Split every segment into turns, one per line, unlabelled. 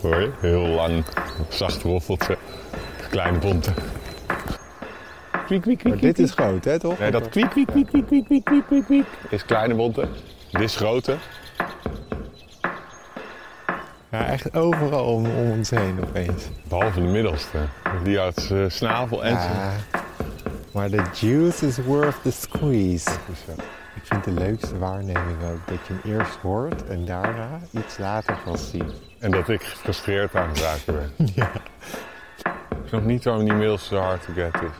Hoor je? Heel lang, zacht roffeltje. Kleine bonte. Kwiek, kwiek, kwiek,
Maar dit is groot, hè, toch?
Nee, dat kwiek, kwiek, kwiek, kwiek, kwiek, kwiek, kwiek, kwiek, kwiek, is kleine bonte. Dit is grote.
Ja, echt overal om, om ons heen opeens.
Behalve de middelste. Die had eh, snavel en zo.
Ja. Maar de juice is worth the squeeze. Ik vind de leukste waarneming ook dat je hem eerst hoort en daarna iets later gaat zien.
En dat ik gefrustreerd aan het raken ben. Ja. Ik snap niet waarom die mail zo hard to get is.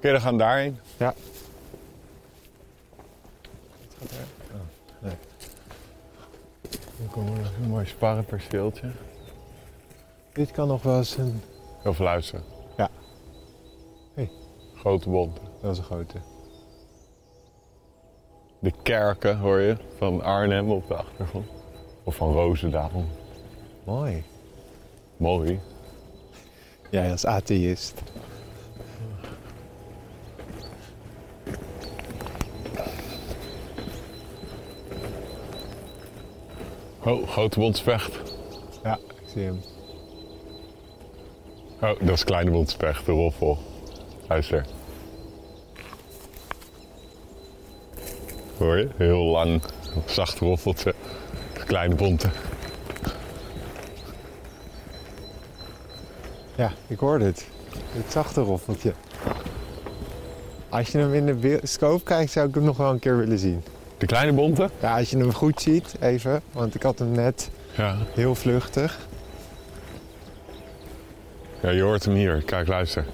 Oké, dan gaan we daarheen.
Ja.
Dan komen we nog een mooi sparrenperceeltje.
Dit kan nog wel eens een...
Of luisteren.
Ja. Hey.
Grote bonte.
Dat is een grote.
De kerken hoor je van Arnhem op de achtergrond. Of van Roosendaal.
Mooi.
Mooi.
Jij als atheïst.
Oh, Grote Bondspecht.
Ja, ik zie hem.
Oh, dat is Kleine Bondspecht, de roffel. Luister. Hoor je? Heel lang, zacht roffeltje. Kleine bonte.
Ja, ik hoor het. Het zachte roffeltje. Als je hem in de be- scope kijkt, zou ik hem nog wel een keer willen zien.
De kleine bonte?
Ja, als je hem goed ziet, even. Want ik had hem net
Ja.
heel vluchtig.
Ja, je hoort hem hier. Kijk, luister.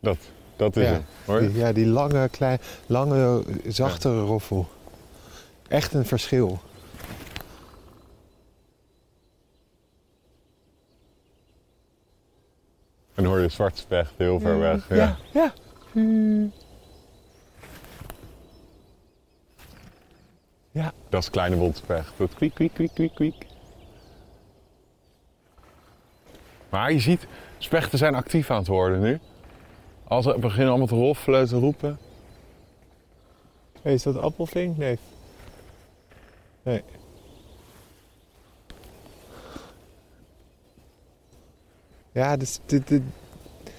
Dat, dat is
ja.
hem, hoor.
Die, ja, die lange, klein, lange, zachtere roffel. Echt een verschil.
En hoor je zwart specht heel ver weg. Ja.
ja. ja. Ja,
Dat is kleine bondspecht. Dat kwiek, kwiek, kwiek, kwiek, kwiek. Maar je ziet, spechten zijn actief aan het worden nu. Als ze beginnen allemaal te roffelen, te roepen.
Hey, is dat appelvink? Nee. Nee. Ja, dus dit, dit-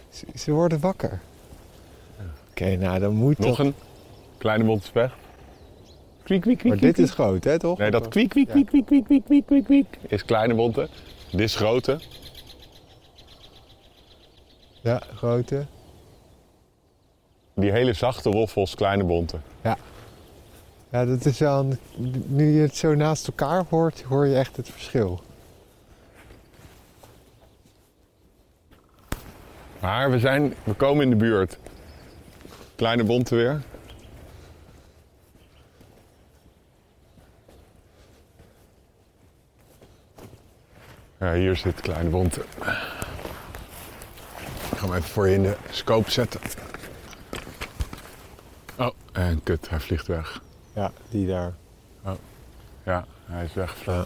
ze- ze worden wakker. Oké, nou dan moet
Nog
dat...
een kleine bondspecht. Kwiek, kwiek, kwiek,
Maar dit is groot, hè, toch?
Nee, dat kwiek, kwiek, kwiek, kwiek, kwiek, kwiek, kwiek, kwiek, kwiek, is kleine bonte. Dit is grote.
Ja, grote.
Die hele zachte roffels, kleine bonte.
Ja, dat is wel een... Nu je het zo naast elkaar hoort, hoor je echt het verschil.
Maar we, zijn, we komen in de buurt. Kleine bonte weer. Ja, hier zit kleine bonte. Ik ga hem even voor je in de scope zetten. Oh, en kut, hij vliegt weg.
Ja, die daar.
Ja, hij is weggevlogen.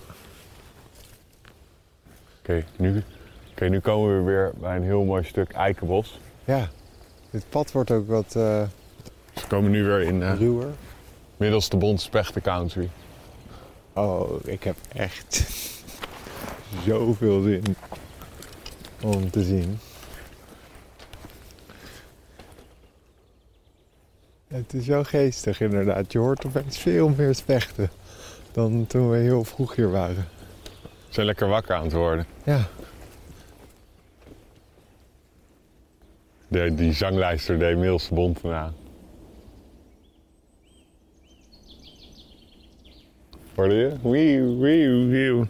Oké, nu, oké, nu komen we weer bij een heel mooi stuk eikenbos.
Ja. Het pad wordt ook wat eh
Ze komen nu weer in eh
ruwer.
middels de Bond Spechte Country.
Oh, ik heb echt zoveel zin om te zien. Het is wel geestig inderdaad. Je hoort opeens veel meer spechten dan toen we heel vroeg hier waren.
Ze zijn lekker wakker aan het worden.
Ja,
De, die zanglijster deed middels de Bond na. Hoorde je? Wieuw, wieuw, wieuw.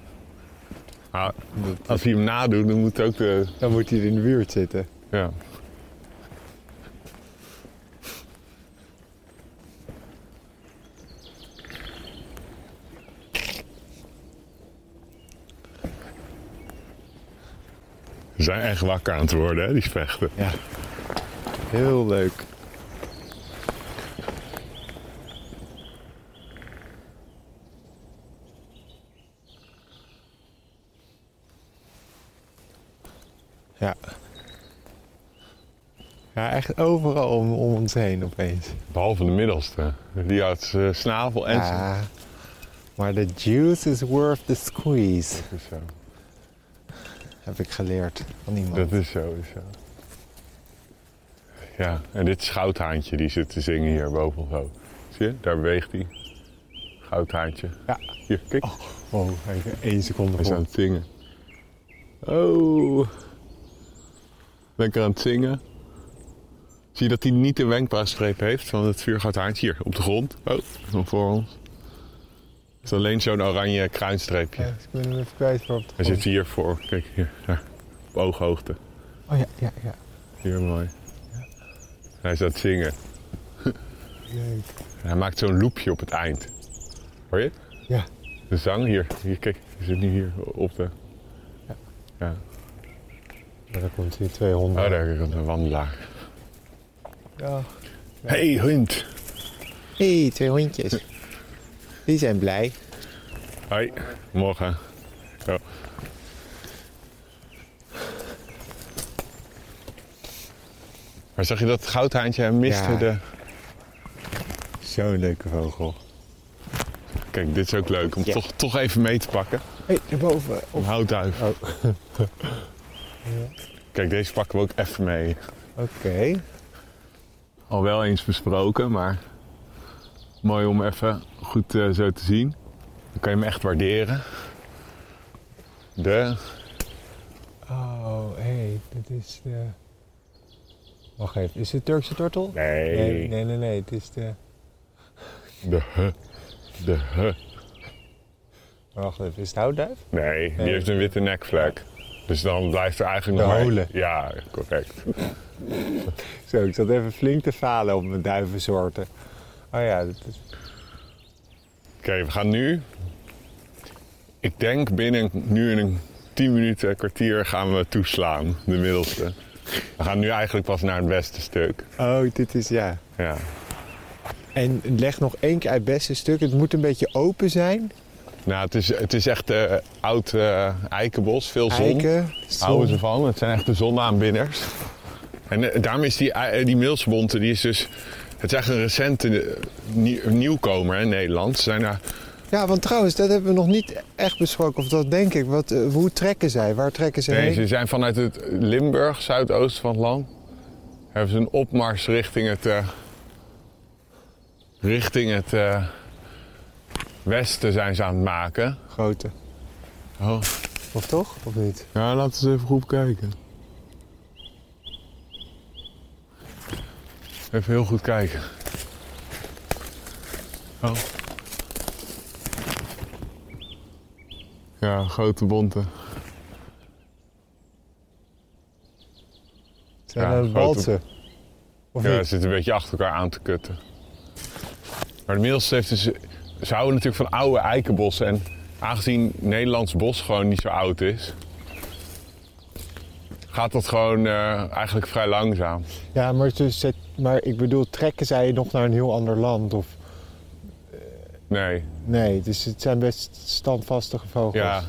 Ah, als hij hem nadoet, dan moet ook de...
dan moet hij in de buurt zitten.
Ja. Ze zijn echt wakker aan het worden, hè, die spechten.
Ja. Heel leuk. Ja. Ja, echt overal om, om ons heen opeens.
Behalve de middelste. Die had zijn snavel en zijn...
Ja. Maar the juice is worth the squeeze,
Dat is zo.
heb ik geleerd van iemand.
Dat is zo, is zo. Ja, en dit is Goudhaantje. Die zit te zingen hier boven zo. Zie je? Daar beweegt hij. Goudhaantje.
Ja.
Hier, kijk.
Oh, even één seconde
Hij is aan
voor.
het zingen. Oh. Lekker aan het zingen. Zie je dat hij niet de wenkbrauwstreep heeft van het vuurgoudhaantje hier op de grond? Oh, van voor ons. Het is alleen zo'n oranje kruinstreepje.
Ja, ik ben hem even kwijt voor op de
Hij
grond.
zit hier voor, kijk hier, daar, op ooghoogte.
Oh ja, ja, ja.
Hier mooi. Hij is aan het zingen.
Leuk.
En hij maakt zo'n loopje op het eind. Hoor je?
Ja.
De zang hier. hier kijk, hij zit nu hier op de... Ja.
Maar dan komt hier 200.
Oh, daar komt een wandelaar.
Ja.
Hey, hond.
Hé, hey, twee hondjes. Die zijn blij.
Hoi, morgen. Ja. Maar zag je dat het goudhaantje Hij miste
Ja.
de...
Zo'n leuke vogel.
Kijk, dit is ook leuk om
Ja.
toch, toch even mee te pakken.
Hé, hey, daarboven.
Om houtduif.
Oh.
Kijk, deze pakken we ook even mee.
Oké.
Al wel eens besproken, maar mooi om even goed eh, zo te zien. Dan kan je hem echt waarderen. De
Oh, hé, hey, dit is de... Wacht even, is het Turkse tortel?
Nee.
nee. Nee, nee, nee, het is de...
De he. De he.
Wacht even, is het houtduif?
Nee, die
Nee.
heeft een witte nekvlek. Dus dan blijft er eigenlijk
De
nog maar-
holen.
Ja, correct.
Zo, ik zat even flink te falen op mijn duivensoorten. Oh ja, dat is...
Oké, we gaan nu. Ik denk binnen nu in een 10 minuten, een kwartier gaan we toeslaan, de middelste. We gaan nu eigenlijk pas naar het beste stuk.
Oh, dit is, ja.
Ja.
En leg nog één keer uit beste stuk. Het moet een beetje open zijn.
Nou, het is, het is echt eh, oud eh, eikenbos, veel zon.
Eiken,
Houden ze
zon.
van, het zijn echt de zonaanbidders. En eh, daarom is die, eh, die milsbonte, die is dus... Het is echt een recente eh, nieuw- nieuwkomer in Nederland. Ze zijn daar
Ja, want trouwens, dat hebben we nog niet echt besproken. Of dat denk ik. Wat, eh, hoe trekken zij? Waar trekken ze
Nee,
heen?
ze zijn vanuit het Limburg, zuidoosten van het land. Hebben ze een opmars richting het. eh, richting het. eh, westen zijn ze aan het maken.
Grote.
Oh.
Of toch? Of niet?
Ja, laten we eens even goed kijken. Even heel goed kijken. Oh. Ja, grote bonte.
Zijn
Ja,
aan het
grote.
balsen? Of
Ja, ze
niet?
zitten een beetje achter elkaar aan te kutten. Maar de middelste heeft dus... Ze houden natuurlijk van oude eikenbossen. En aangezien Nederlands bos gewoon niet zo oud is... gaat dat gewoon eh, eigenlijk vrij langzaam.
Ja, maar, dus, het- maar ik bedoel, trekken zij nog naar een heel ander land? Of...
Nee,
Nee, dus het zijn best standvastige vogels.
ja.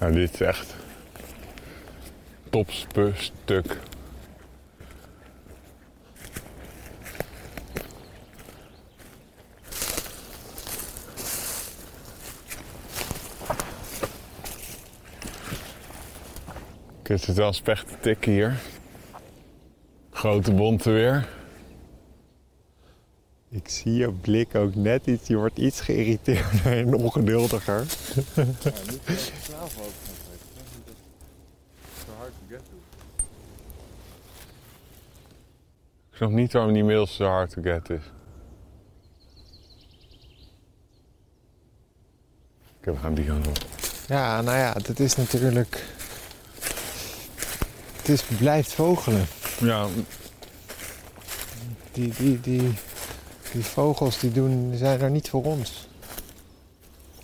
Nou, dit is echt... topstuk. Ik heb het wel specht te tikken hier. Grote bonte weer.
Ik zie je blik ook net iets. Je wordt iets geïrriteerder en ongeduldiger.
Ik snap niet waarom die mail zo hard to get is. Ik heb gaan die gaan op.
Ja, nou ja, dat is natuurlijk. Het is, blijft vogelen.
Ja,
Die, die, die Die vogels die doen, zijn er niet voor ons.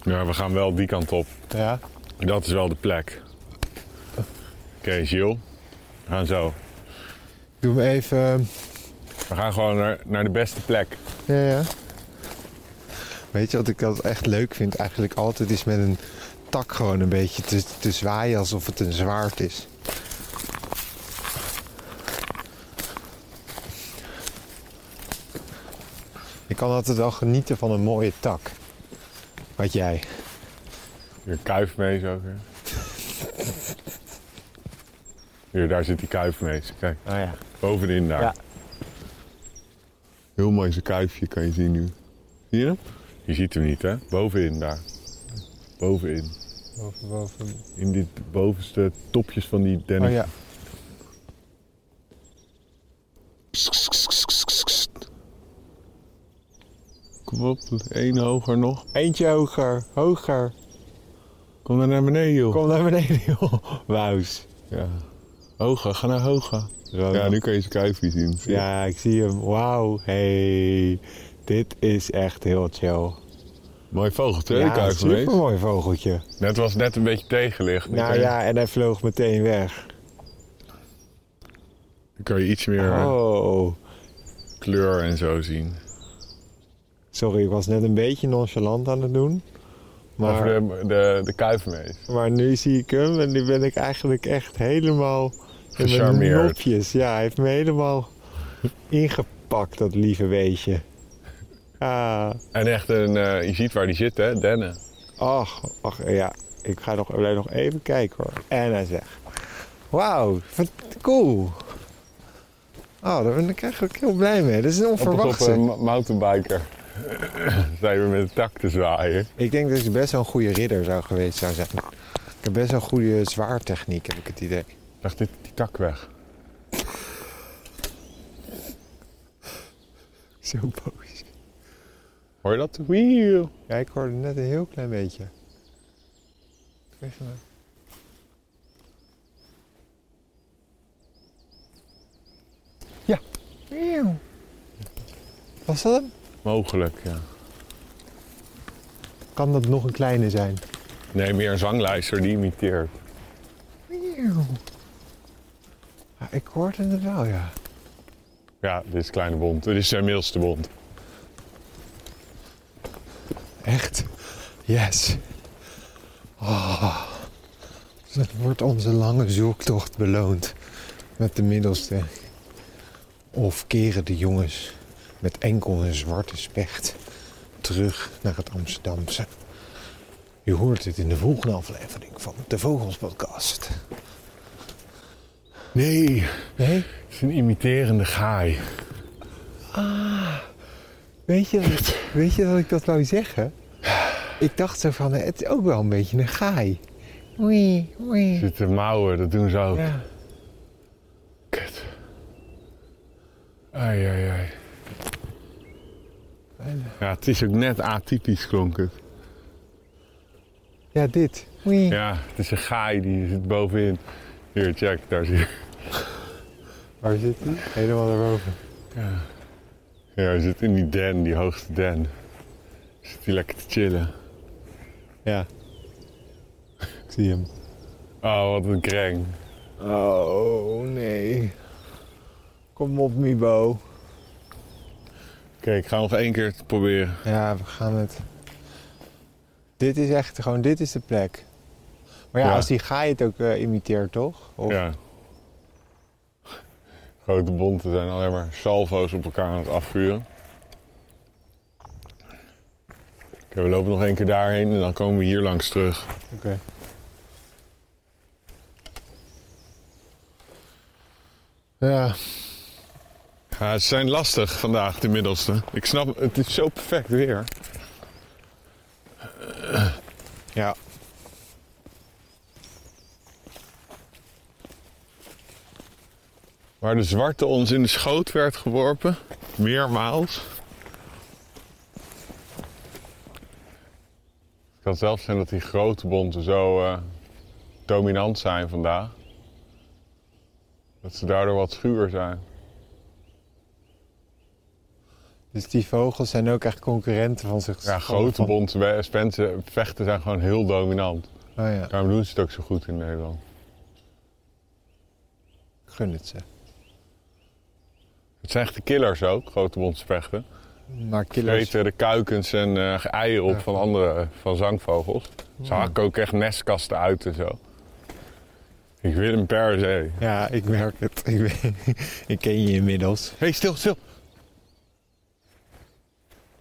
Ja, we gaan wel die kant op.
Ja,
Dat is wel de plek. Oké, Gilles. We gaan zo.
doe me even... ehm,
We gaan gewoon naar, naar de beste plek.
Ja, ja. Weet je wat ik altijd echt leuk vind? Eigenlijk altijd is met een tak gewoon een beetje te, te zwaaien alsof het een zwaard is. Ik kan altijd wel genieten van een mooie tak. Wat jij.
Hier kuifmees ook. Hè? Hier, daar zit die kuifmees. Kijk,
Oh ja.
bovenin daar.
Ja.
Heel mooi zijn kuifje kan je zien nu. Zie je hem? Je ziet hem niet, hè? Bovenin daar. Bovenin.
Boven, boven.
In die bovenste topjes van die dennen.
Oh ja.
Kom op, één hoger nog. Eentje hoger, hoger. Kom dan naar beneden, joh.
Kom naar beneden, joh. Wauws.
Ja. Hoger, ga naar hoger. Ja, nu kan je zijn kuifje zien. Zie je?
Oh, Ja, ik zie hem. Wauw. Hey, dit is echt heel chill.
Mooi vogeltje, hè, die
Ja,
kuif
super
geweest.
mooi vogeltje.
Net was net een beetje tegenlicht.
Nou ja, en hij vloog meteen weg.
Dan kan je iets meer
Oh,
kleur en zo zien.
sorry, ik was net een beetje nonchalant aan het doen.
Of
Maar,
de, de, de kuifmees.
maar nu zie ik hem en nu ben ik eigenlijk echt helemaal in mijn
Gecharmeerd.
nopjes. Ja, hij heeft me helemaal ingepakt, dat lieve weetje. Ah,
En echt een, eh, je ziet waar die zit, hè? Dennen.
ach, ach, ja. Ik ga nog, blijf nog even kijken hoor. En hij zegt, wauw, wat cool. Oh, daar ben ik eigenlijk heel blij mee. Dat is een
Op eh,
onverwachte.
een ma- mountainbiker. Zijn we met de tak te zwaaien.
Ik denk dat ik best wel een goede ridder zou geweest zou zijn. Ik heb best wel een goede zwaartechniek, heb ik het idee.
Leg dit, die tak weg.
Zo boos.
Hoor je dat? Wieuw.
Ja, ik hoorde net een heel klein beetje. Weg maar. Ja. Miauw. Was dat hem?
Mogelijk, ja.
Kan dat nog een kleine zijn?
Nee, meer een zanglijster die imiteert.
Miauw. Ja, ik hoorde het wel, ja.
Ja, dit is Kleine Bond. Dit is zijn middelste bond.
Echt? Yes. Ah. Dan wordt onze lange zoektocht beloond. Met de middelste. Of keren de jongens met enkel een zwarte specht terug naar het Amsterdamse. Je hoort het in de volgende aflevering van de Vogels Podcast.
Nee,
Nee?
het is een imiterende gaai.
Weet je, dat ik- weet je dat ik dat wou zeggen? Ik dacht zo van, het is ook wel een beetje een gaai. Oei, oei.
Zitten mouwen, dat doen ze ook.
Ja.
Kut. Ai, ai, ai. Ja, het is ook net atypisch klonk het.
Ja, dit. Oei.
Ja, het is een gaai, die zit bovenin. Hier, check, daar zie je.
Waar zit hij? Helemaal daarboven.
Ja, hij zit in die den, die hoogste den. Zit hij lekker te chillen.
Ja. Ik zie hem.
Oh, wat een kreng.
Oh, nee. Kom op, Mibo.
Oké, ik ga nog één keer het proberen.
Ja, we gaan het... Dit is echt gewoon, dit is de plek. Maar ja,
Ja.
als die gaai het ook eh, imiteert, toch? Of,
Ja. Grote bonten zijn alleen maar salvo's op elkaar aan het afvuren. Oké, we lopen nog één keer daarheen en dan komen we hier langs terug.
Oké. Ja.
Ja, ze zijn lastig vandaag, de middelste. Ik snap, het is zo perfect weer.
Ja.
Waar de zwarte ons in de schoot werd geworpen, meermaals. Het kan zelfs zijn dat die grote bonten zo eh, dominant zijn vandaag. Dat ze daardoor wat schuwer zijn.
Dus die vogels zijn ook echt concurrenten van zichzelf.
Ja, grote bondse spensen, vechten zijn gewoon heel dominant.
Oh ja,
Daarom doen ze het ook zo goed in Nederland.
ik gun het ze.
Het zijn echt de killers ook, grote bondse vechten.
Maar killers...
Vreten de kuikens en eh, eieren op
Ja.
van andere, van zangvogels. Ze hakken ook echt nestkasten uit en zo. Ik wil hem per se.
Ja, ik merk het. Ik, ben- ik ken je inmiddels.
Hé, hey, stil, stil.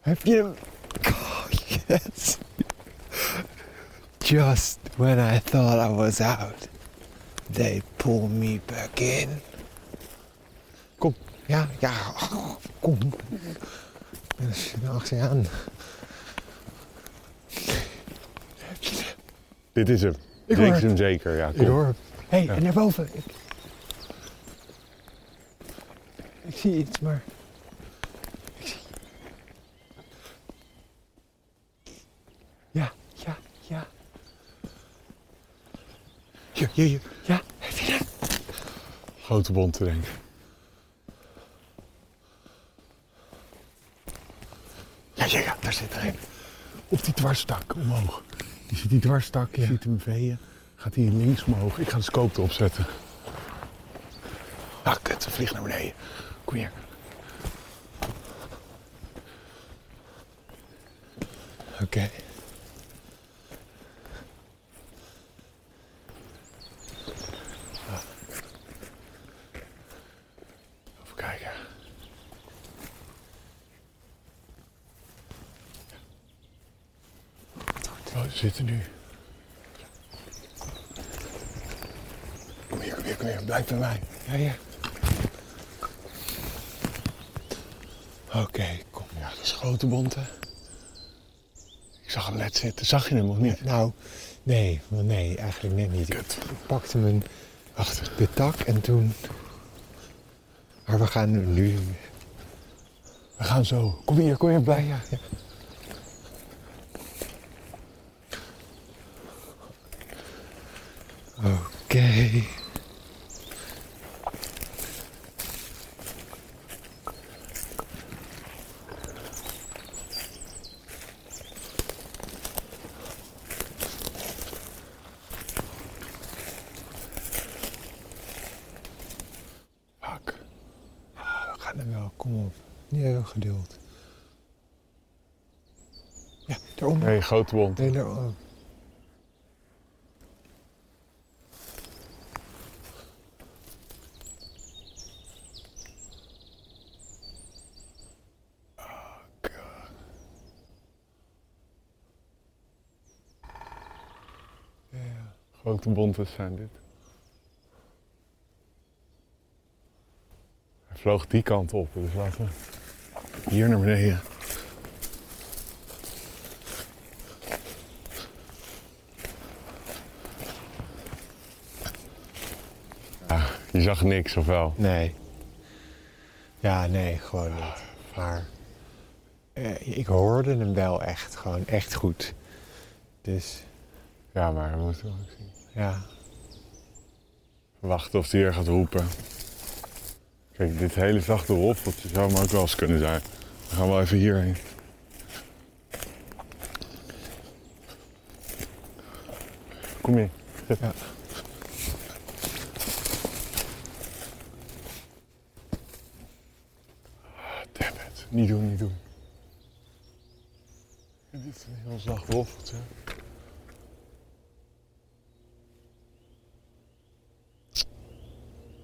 Heb je hem? Oh, yes. Just when I thought I was out, they pull me back in. Kom. Ja, ja. oh, kom. En als je achter je aan. Heb je hem?
Dit is hem. Dit
hoor
is
het.
hem zeker, ja.
Ik
Kom.
hoor hem. Hé, en daarboven. Ik... ik zie iets, maar... Ik zie... Ja, ja, ja.
Hier, hier, hier.
Ja, heb je dat?
Grote bonte, denk ik.
Ja, ja, ja, daar zit er een.
Op die dwarstak, omhoog. Je ziet die dwarstak, je ziet hem veeën. Gaat hij links omhoog. Ik ga de scope erop zetten. Ah, kut, ze vliegt naar beneden. Kom hier.
Oké.
Even kijken. Oh, ze zitten nu. Kom hier, kom hier, kom hier. Blijf bij mij.
Ja, ja. Oké, kom.
Ja, dat is grote bonte. Ik zag hem net zitten. Zag je hem of niet?
Nou, nee, wel nee, eigenlijk net niet.
Kut.
Ik pakte mijn achter de tak en toen... Maar we gaan nu
We gaan zo. Kom hier, kom hier bij.
ja, ja. Oké.
Fuck.
We gaan er wel, kom op. Niet heel geduld. Ja, daaronder.
Nee, grote bonte.
Nee, daaronder.
Grote bontes zijn dit. Hij vloog die kant op, dus laten we hier naar beneden. Ah, je zag niks, of wel?
Nee. Ja, nee, gewoon niet. Maar eh, ik hoorde hem wel echt, gewoon echt goed. Dus
Ja, maar we moeten ook zien.
ja,
Wachten of hij hier gaat roepen. Kijk, dit hele zachte roffeltje zou me ook wel eens kunnen zijn. We gaan wel even hierheen. Kom mee.
Ja.
Damn it. Niet doen, niet doen. Dit is een heel zacht roffeltje.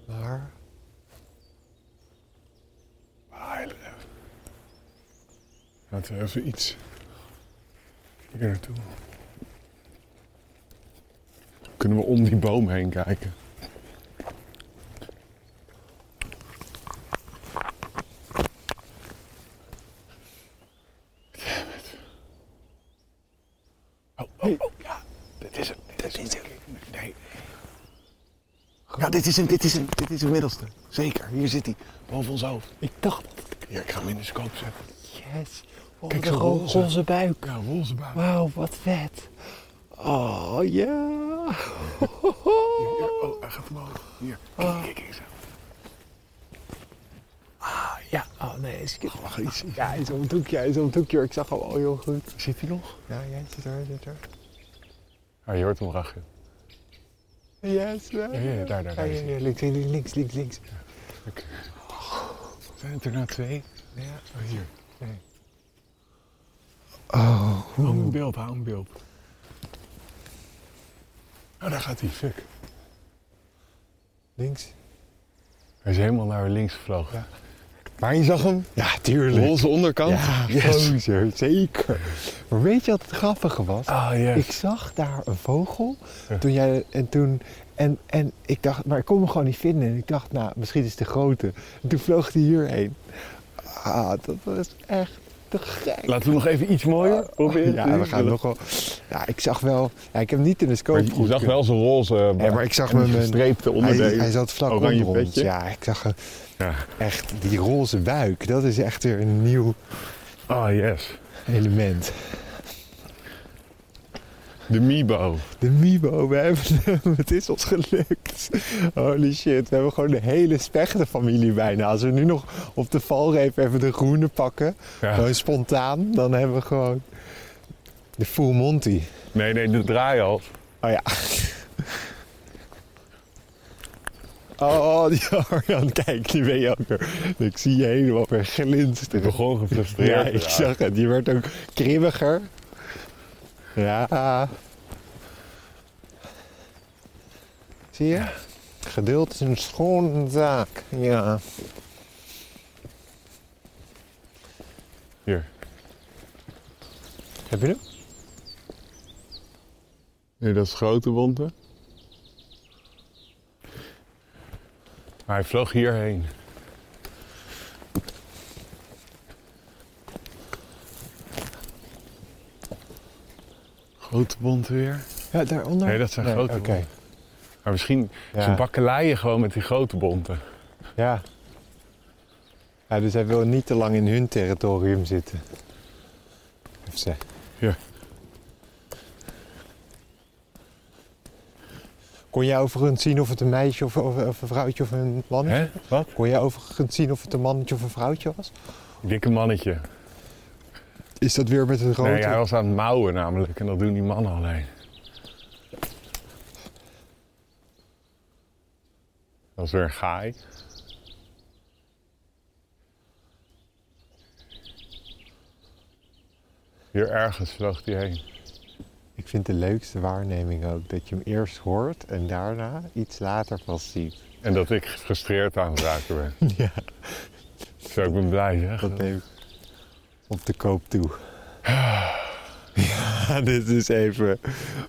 maar
Heilig. Laten we even iets hier naartoe. Kunnen we om die boom heen kijken? Damn it. Oh, oh, oh, ja. Dit is hem. Dit is hem. Nee. Ja, dit is hem, dit is hem. Dit is de middelste. Zeker, hier zit hij. Boven ons hoofd.
ik dacht,
Hier, ik ga hem in de scope zetten.
yes, oh,
Kijk,
de
zo'n
ro-
roze.
roze buik.
Ja, roze baan.
Wauw, wat vet. Oh ja.
Hier, hier. Oh, hij gaat omhoog. Hier, kijk, kijk eens aan. Ah,
Ja, oh nee. Is...
Wacht iets.
Ja, hij is om het hoekje, hij is om het hoekje. hoor. Ik zag hem al heel goed.
Zit hij nog?
Ja, jij zit er, zit er.
Ah, je hoort hem rachen.
Yes,
Ja,
man.
ja, daar, daar, daar.
Ja,
is
ja,
hij.
ja, links, links, links, links, links.
Zijn het er nou twee?
Ja.
Oh, hier.
Oh,
Hou hem in beeld, hou hem in beeld. Oh, daar gaat hij. Fuck.
links.
Hij is helemaal naar links gevlogen.
Ja. Maar je zag hem? Ja, tuurlijk.
Roze onderkant?
Ja,
Yes.
gozer, zeker. Maar weet je wat het grappige was?
Ah, yes.
Ik zag daar een vogel toen jij, en toen, en, en ik dacht, maar ik kon hem gewoon niet vinden. En ik dacht, nou, misschien is het de grote. En toen vloog hij hierheen. Ah, dat was echt te gek.
Laten we nog even iets mooier proberen.
Ja, we gaan nog wel. Ja, ik zag wel, ja, ik heb hem niet in de scope
Maar je- je
goed
zag wel zijn roze
Ja, maar ik zag
en die
hem een-
gestreepte
hij,
onderdelen.
hij zat vlak
Oranje
onder ons.
petje.
Ja, ik zag hem.
Ja.
Echt, die roze buik, dat is echt weer een nieuw
Ah, yes.
element.
De Mibo.
De Mibo, we hebben hem. Het is ons gelukt. Holy shit, we hebben gewoon de hele spechtenfamilie bijna. Als we nu nog op de valreep even de groene pakken,
Ja.
gewoon spontaan, dan hebben we gewoon de full Monty.
Nee, nee, de draaihals.
Oh ja. Oh, oh, die Arjan, kijk, die ben je ook weer. Ik zie je helemaal weer
Ik
glinsteren.
begon gefrustreerd.
Ja,
te
ik
raken.
zag het. Je werd ook kribbiger. Ja. Zie je? Geduld is een schone zaak. Ja.
Hier.
Heb je hem?
Nee, dat is grote bonte. Maar hij vloog hierheen. Grote bond weer.
Ja, daaronder?
Nee, dat zijn
Nee,
grote
Oké.
bonten. Maar misschien
Ja.
zijn bakkeleien gewoon met die grote bonten.
Ja. ja. Dus hij wil niet te lang in hun territorium zitten. Of ze.
Ja.
Kon jij overigens zien of het een meisje of, of, of een vrouwtje of een mannetje?
Hè? Wat?
Kon jij overigens zien of het een mannetje of een vrouwtje was?
Dikke mannetje.
Is dat weer met een grote?
Nee, hij was aan het mouwen namelijk. En dat doen die mannen alleen. Dat is weer een gaai. Hier ergens vloog hij heen.
Ik vind de leukste waarneming ook dat je hem eerst hoort en daarna iets later pas ziet.
En dat ik gefrustreerd aan het raken ben.
Ja,
Zo, ik ben blij zeg.
dat neem ik op de koop toe. Ja, dit is even.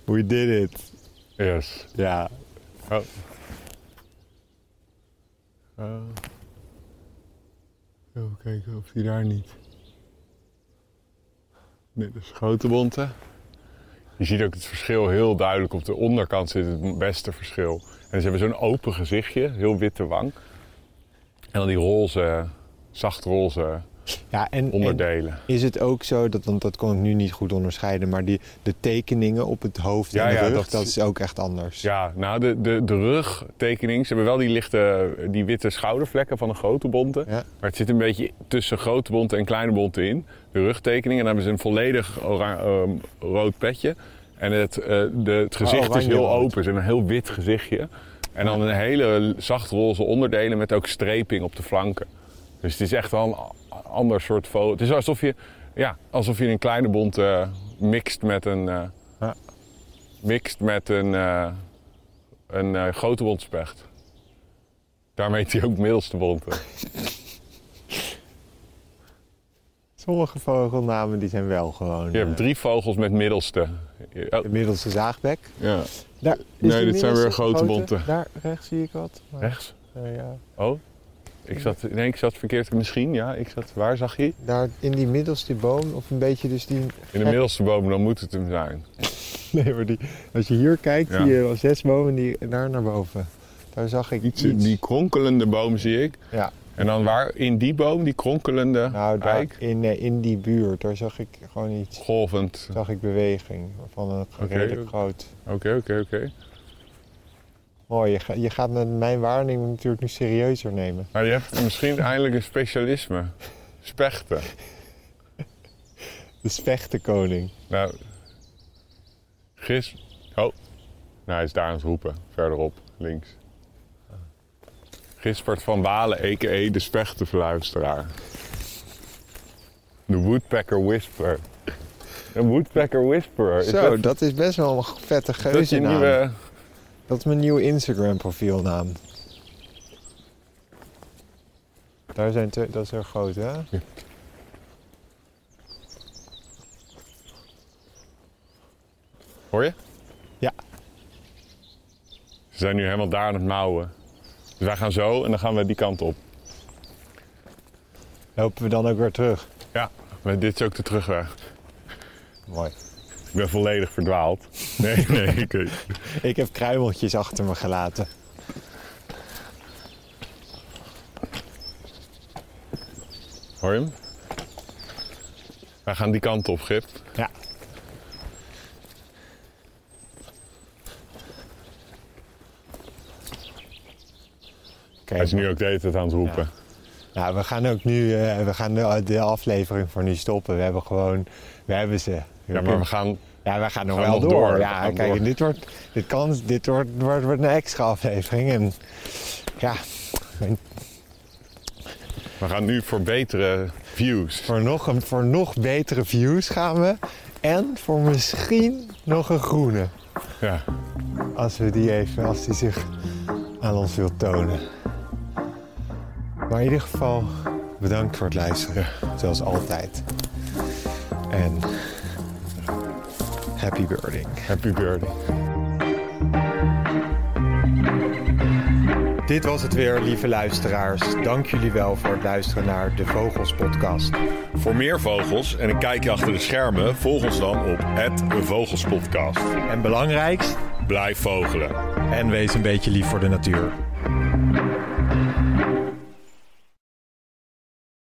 We did it.
Yes.
Ja,
Oh. Oh. Even kijken of hij daar niet. Nee, dat is grote bonte. Je ziet ook het verschil heel duidelijk. Op de onderkant zit het beste verschil. En ze hebben zo'n open gezichtje, heel witte wang. En dan die roze, zacht roze
ja en, en
onderdelen.
is het ook zo, dat, want dat kon ik nu niet goed onderscheiden, maar die, de tekeningen op het hoofd en
Ja,
de
ja,
rug,
dat-
dat, is ook echt anders.
Ja, nou, de, de, de rugtekening. Ze hebben wel die lichte, die witte schoudervlekken van een grote bonte.
Ja.
Maar het zit een beetje tussen grote bonte en kleine bonte in. De rugtekening. En dan hebben ze een volledig oran- ehm, rood petje. En het, eh, de, het gezicht is
oranje
heel
rood.
open. Ze hebben een heel wit gezichtje. En dan een hele zacht roze onderdelen met ook streping op de flanken. Dus het is echt wel een a- ander soort foto. Het is alsof je, ja, alsof je een kleine bond eh, mixt met een... eh,
Ja.
Mixt met een, eh, een eh, grote bondspecht. Daarmee heet hij ook middelste bonte.
Sommige vogelnamen die zijn wel gewoon
Je hebt
eh,
drie vogels met middelste. Oh,
de middelste zaagbek.
ja.
Daar, is
Nee,
die
dit zijn weer
middelste
grote bonten.
Daar rechts zie ik wat. maar-
Rechts?
eh, ja.
Oh, ik zat, nee, ik zat verkeerd. Misschien, ja. Ik zat, waar zag je?
Daar in die middelste boom, of een beetje dus die...
In de middelste boom, dan moet het hem zijn.
Nee, maar die, als je hier kijkt,
Ja.
zie je wel zes bomen die daar naar boven. Daar zag ik iets.
Iets, die kronkelende boom zie ik.
Ja,
En dan waar in die boom, die kronkelende
nou, daar,
eik,
in, eh, in die buurt, daar zag ik gewoon iets.
golvend.
Zag ik beweging van een
Oké.
redelijk groot...
Oké, oké, oké.
Oh, je, ga- je gaat met mijn waarneming natuurlijk nu serieuzer nemen.
Maar je hebt misschien eindelijk een specialisme. Spechten.
De spechtenkoning.
Nou, gis... Oh. Nou, hij is daar aan het roepen. Verderop, links. Gispert van Walen, a.k.a. de spechtenverluisteraar. De woodpecker whisperer. Een woodpecker whisperer. Is
Zo,
dat,
dat, is best wel een vette
dat je
geuzennaam.
nieuwe...
Dat is mijn nieuwe Instagram profielnaam. Daar zijn twee, dat is heel groot hè?
Hoor je?
Ja.
Ze zijn nu helemaal daar aan het mouwen. Dus wij gaan zo en dan gaan we die kant op.
Lopen we dan ook weer terug?
Ja, maar dit is ook de terugweg.
Mooi.
Ik ben volledig verdwaald. Nee, nee, ik weet-
Ik heb kruimeltjes achter me gelaten.
Hoor je hem? Wij gaan die kant op, Gip.
Ja. Oké,
Hij is nu ook de hele tijd aan het roepen.
nou, we gaan ook nu eh, we gaan de, de aflevering voor nu stoppen. We hebben gewoon, we hebben ze.
Ja, maar we gaan...
Ja, wij gaan nog
Gaan
wel
nog
door.
door, we
Ja,
gaan
kijk,
door.
dit wordt, dit kan, dit wordt, wordt, wordt een extra aflevering. En ja, mijn-
We gaan nu voor betere views.
voor nog, een, voor nog betere views gaan we. En voor misschien nog een groene.
Ja.
Als we die even, als die zich aan ons wil tonen. Maar in ieder geval, bedankt voor het luisteren. Zoals altijd. En happy birding.
Happy birthday.
Dit was het weer, lieve luisteraars. Dank jullie wel voor het luisteren naar de Vogels Podcast.
Voor meer vogels en een kijkje achter de schermen... volg ons dan op het Vogelspodcast.
En belangrijkst,
Blijf vogelen.
en wees een beetje lief voor de natuur.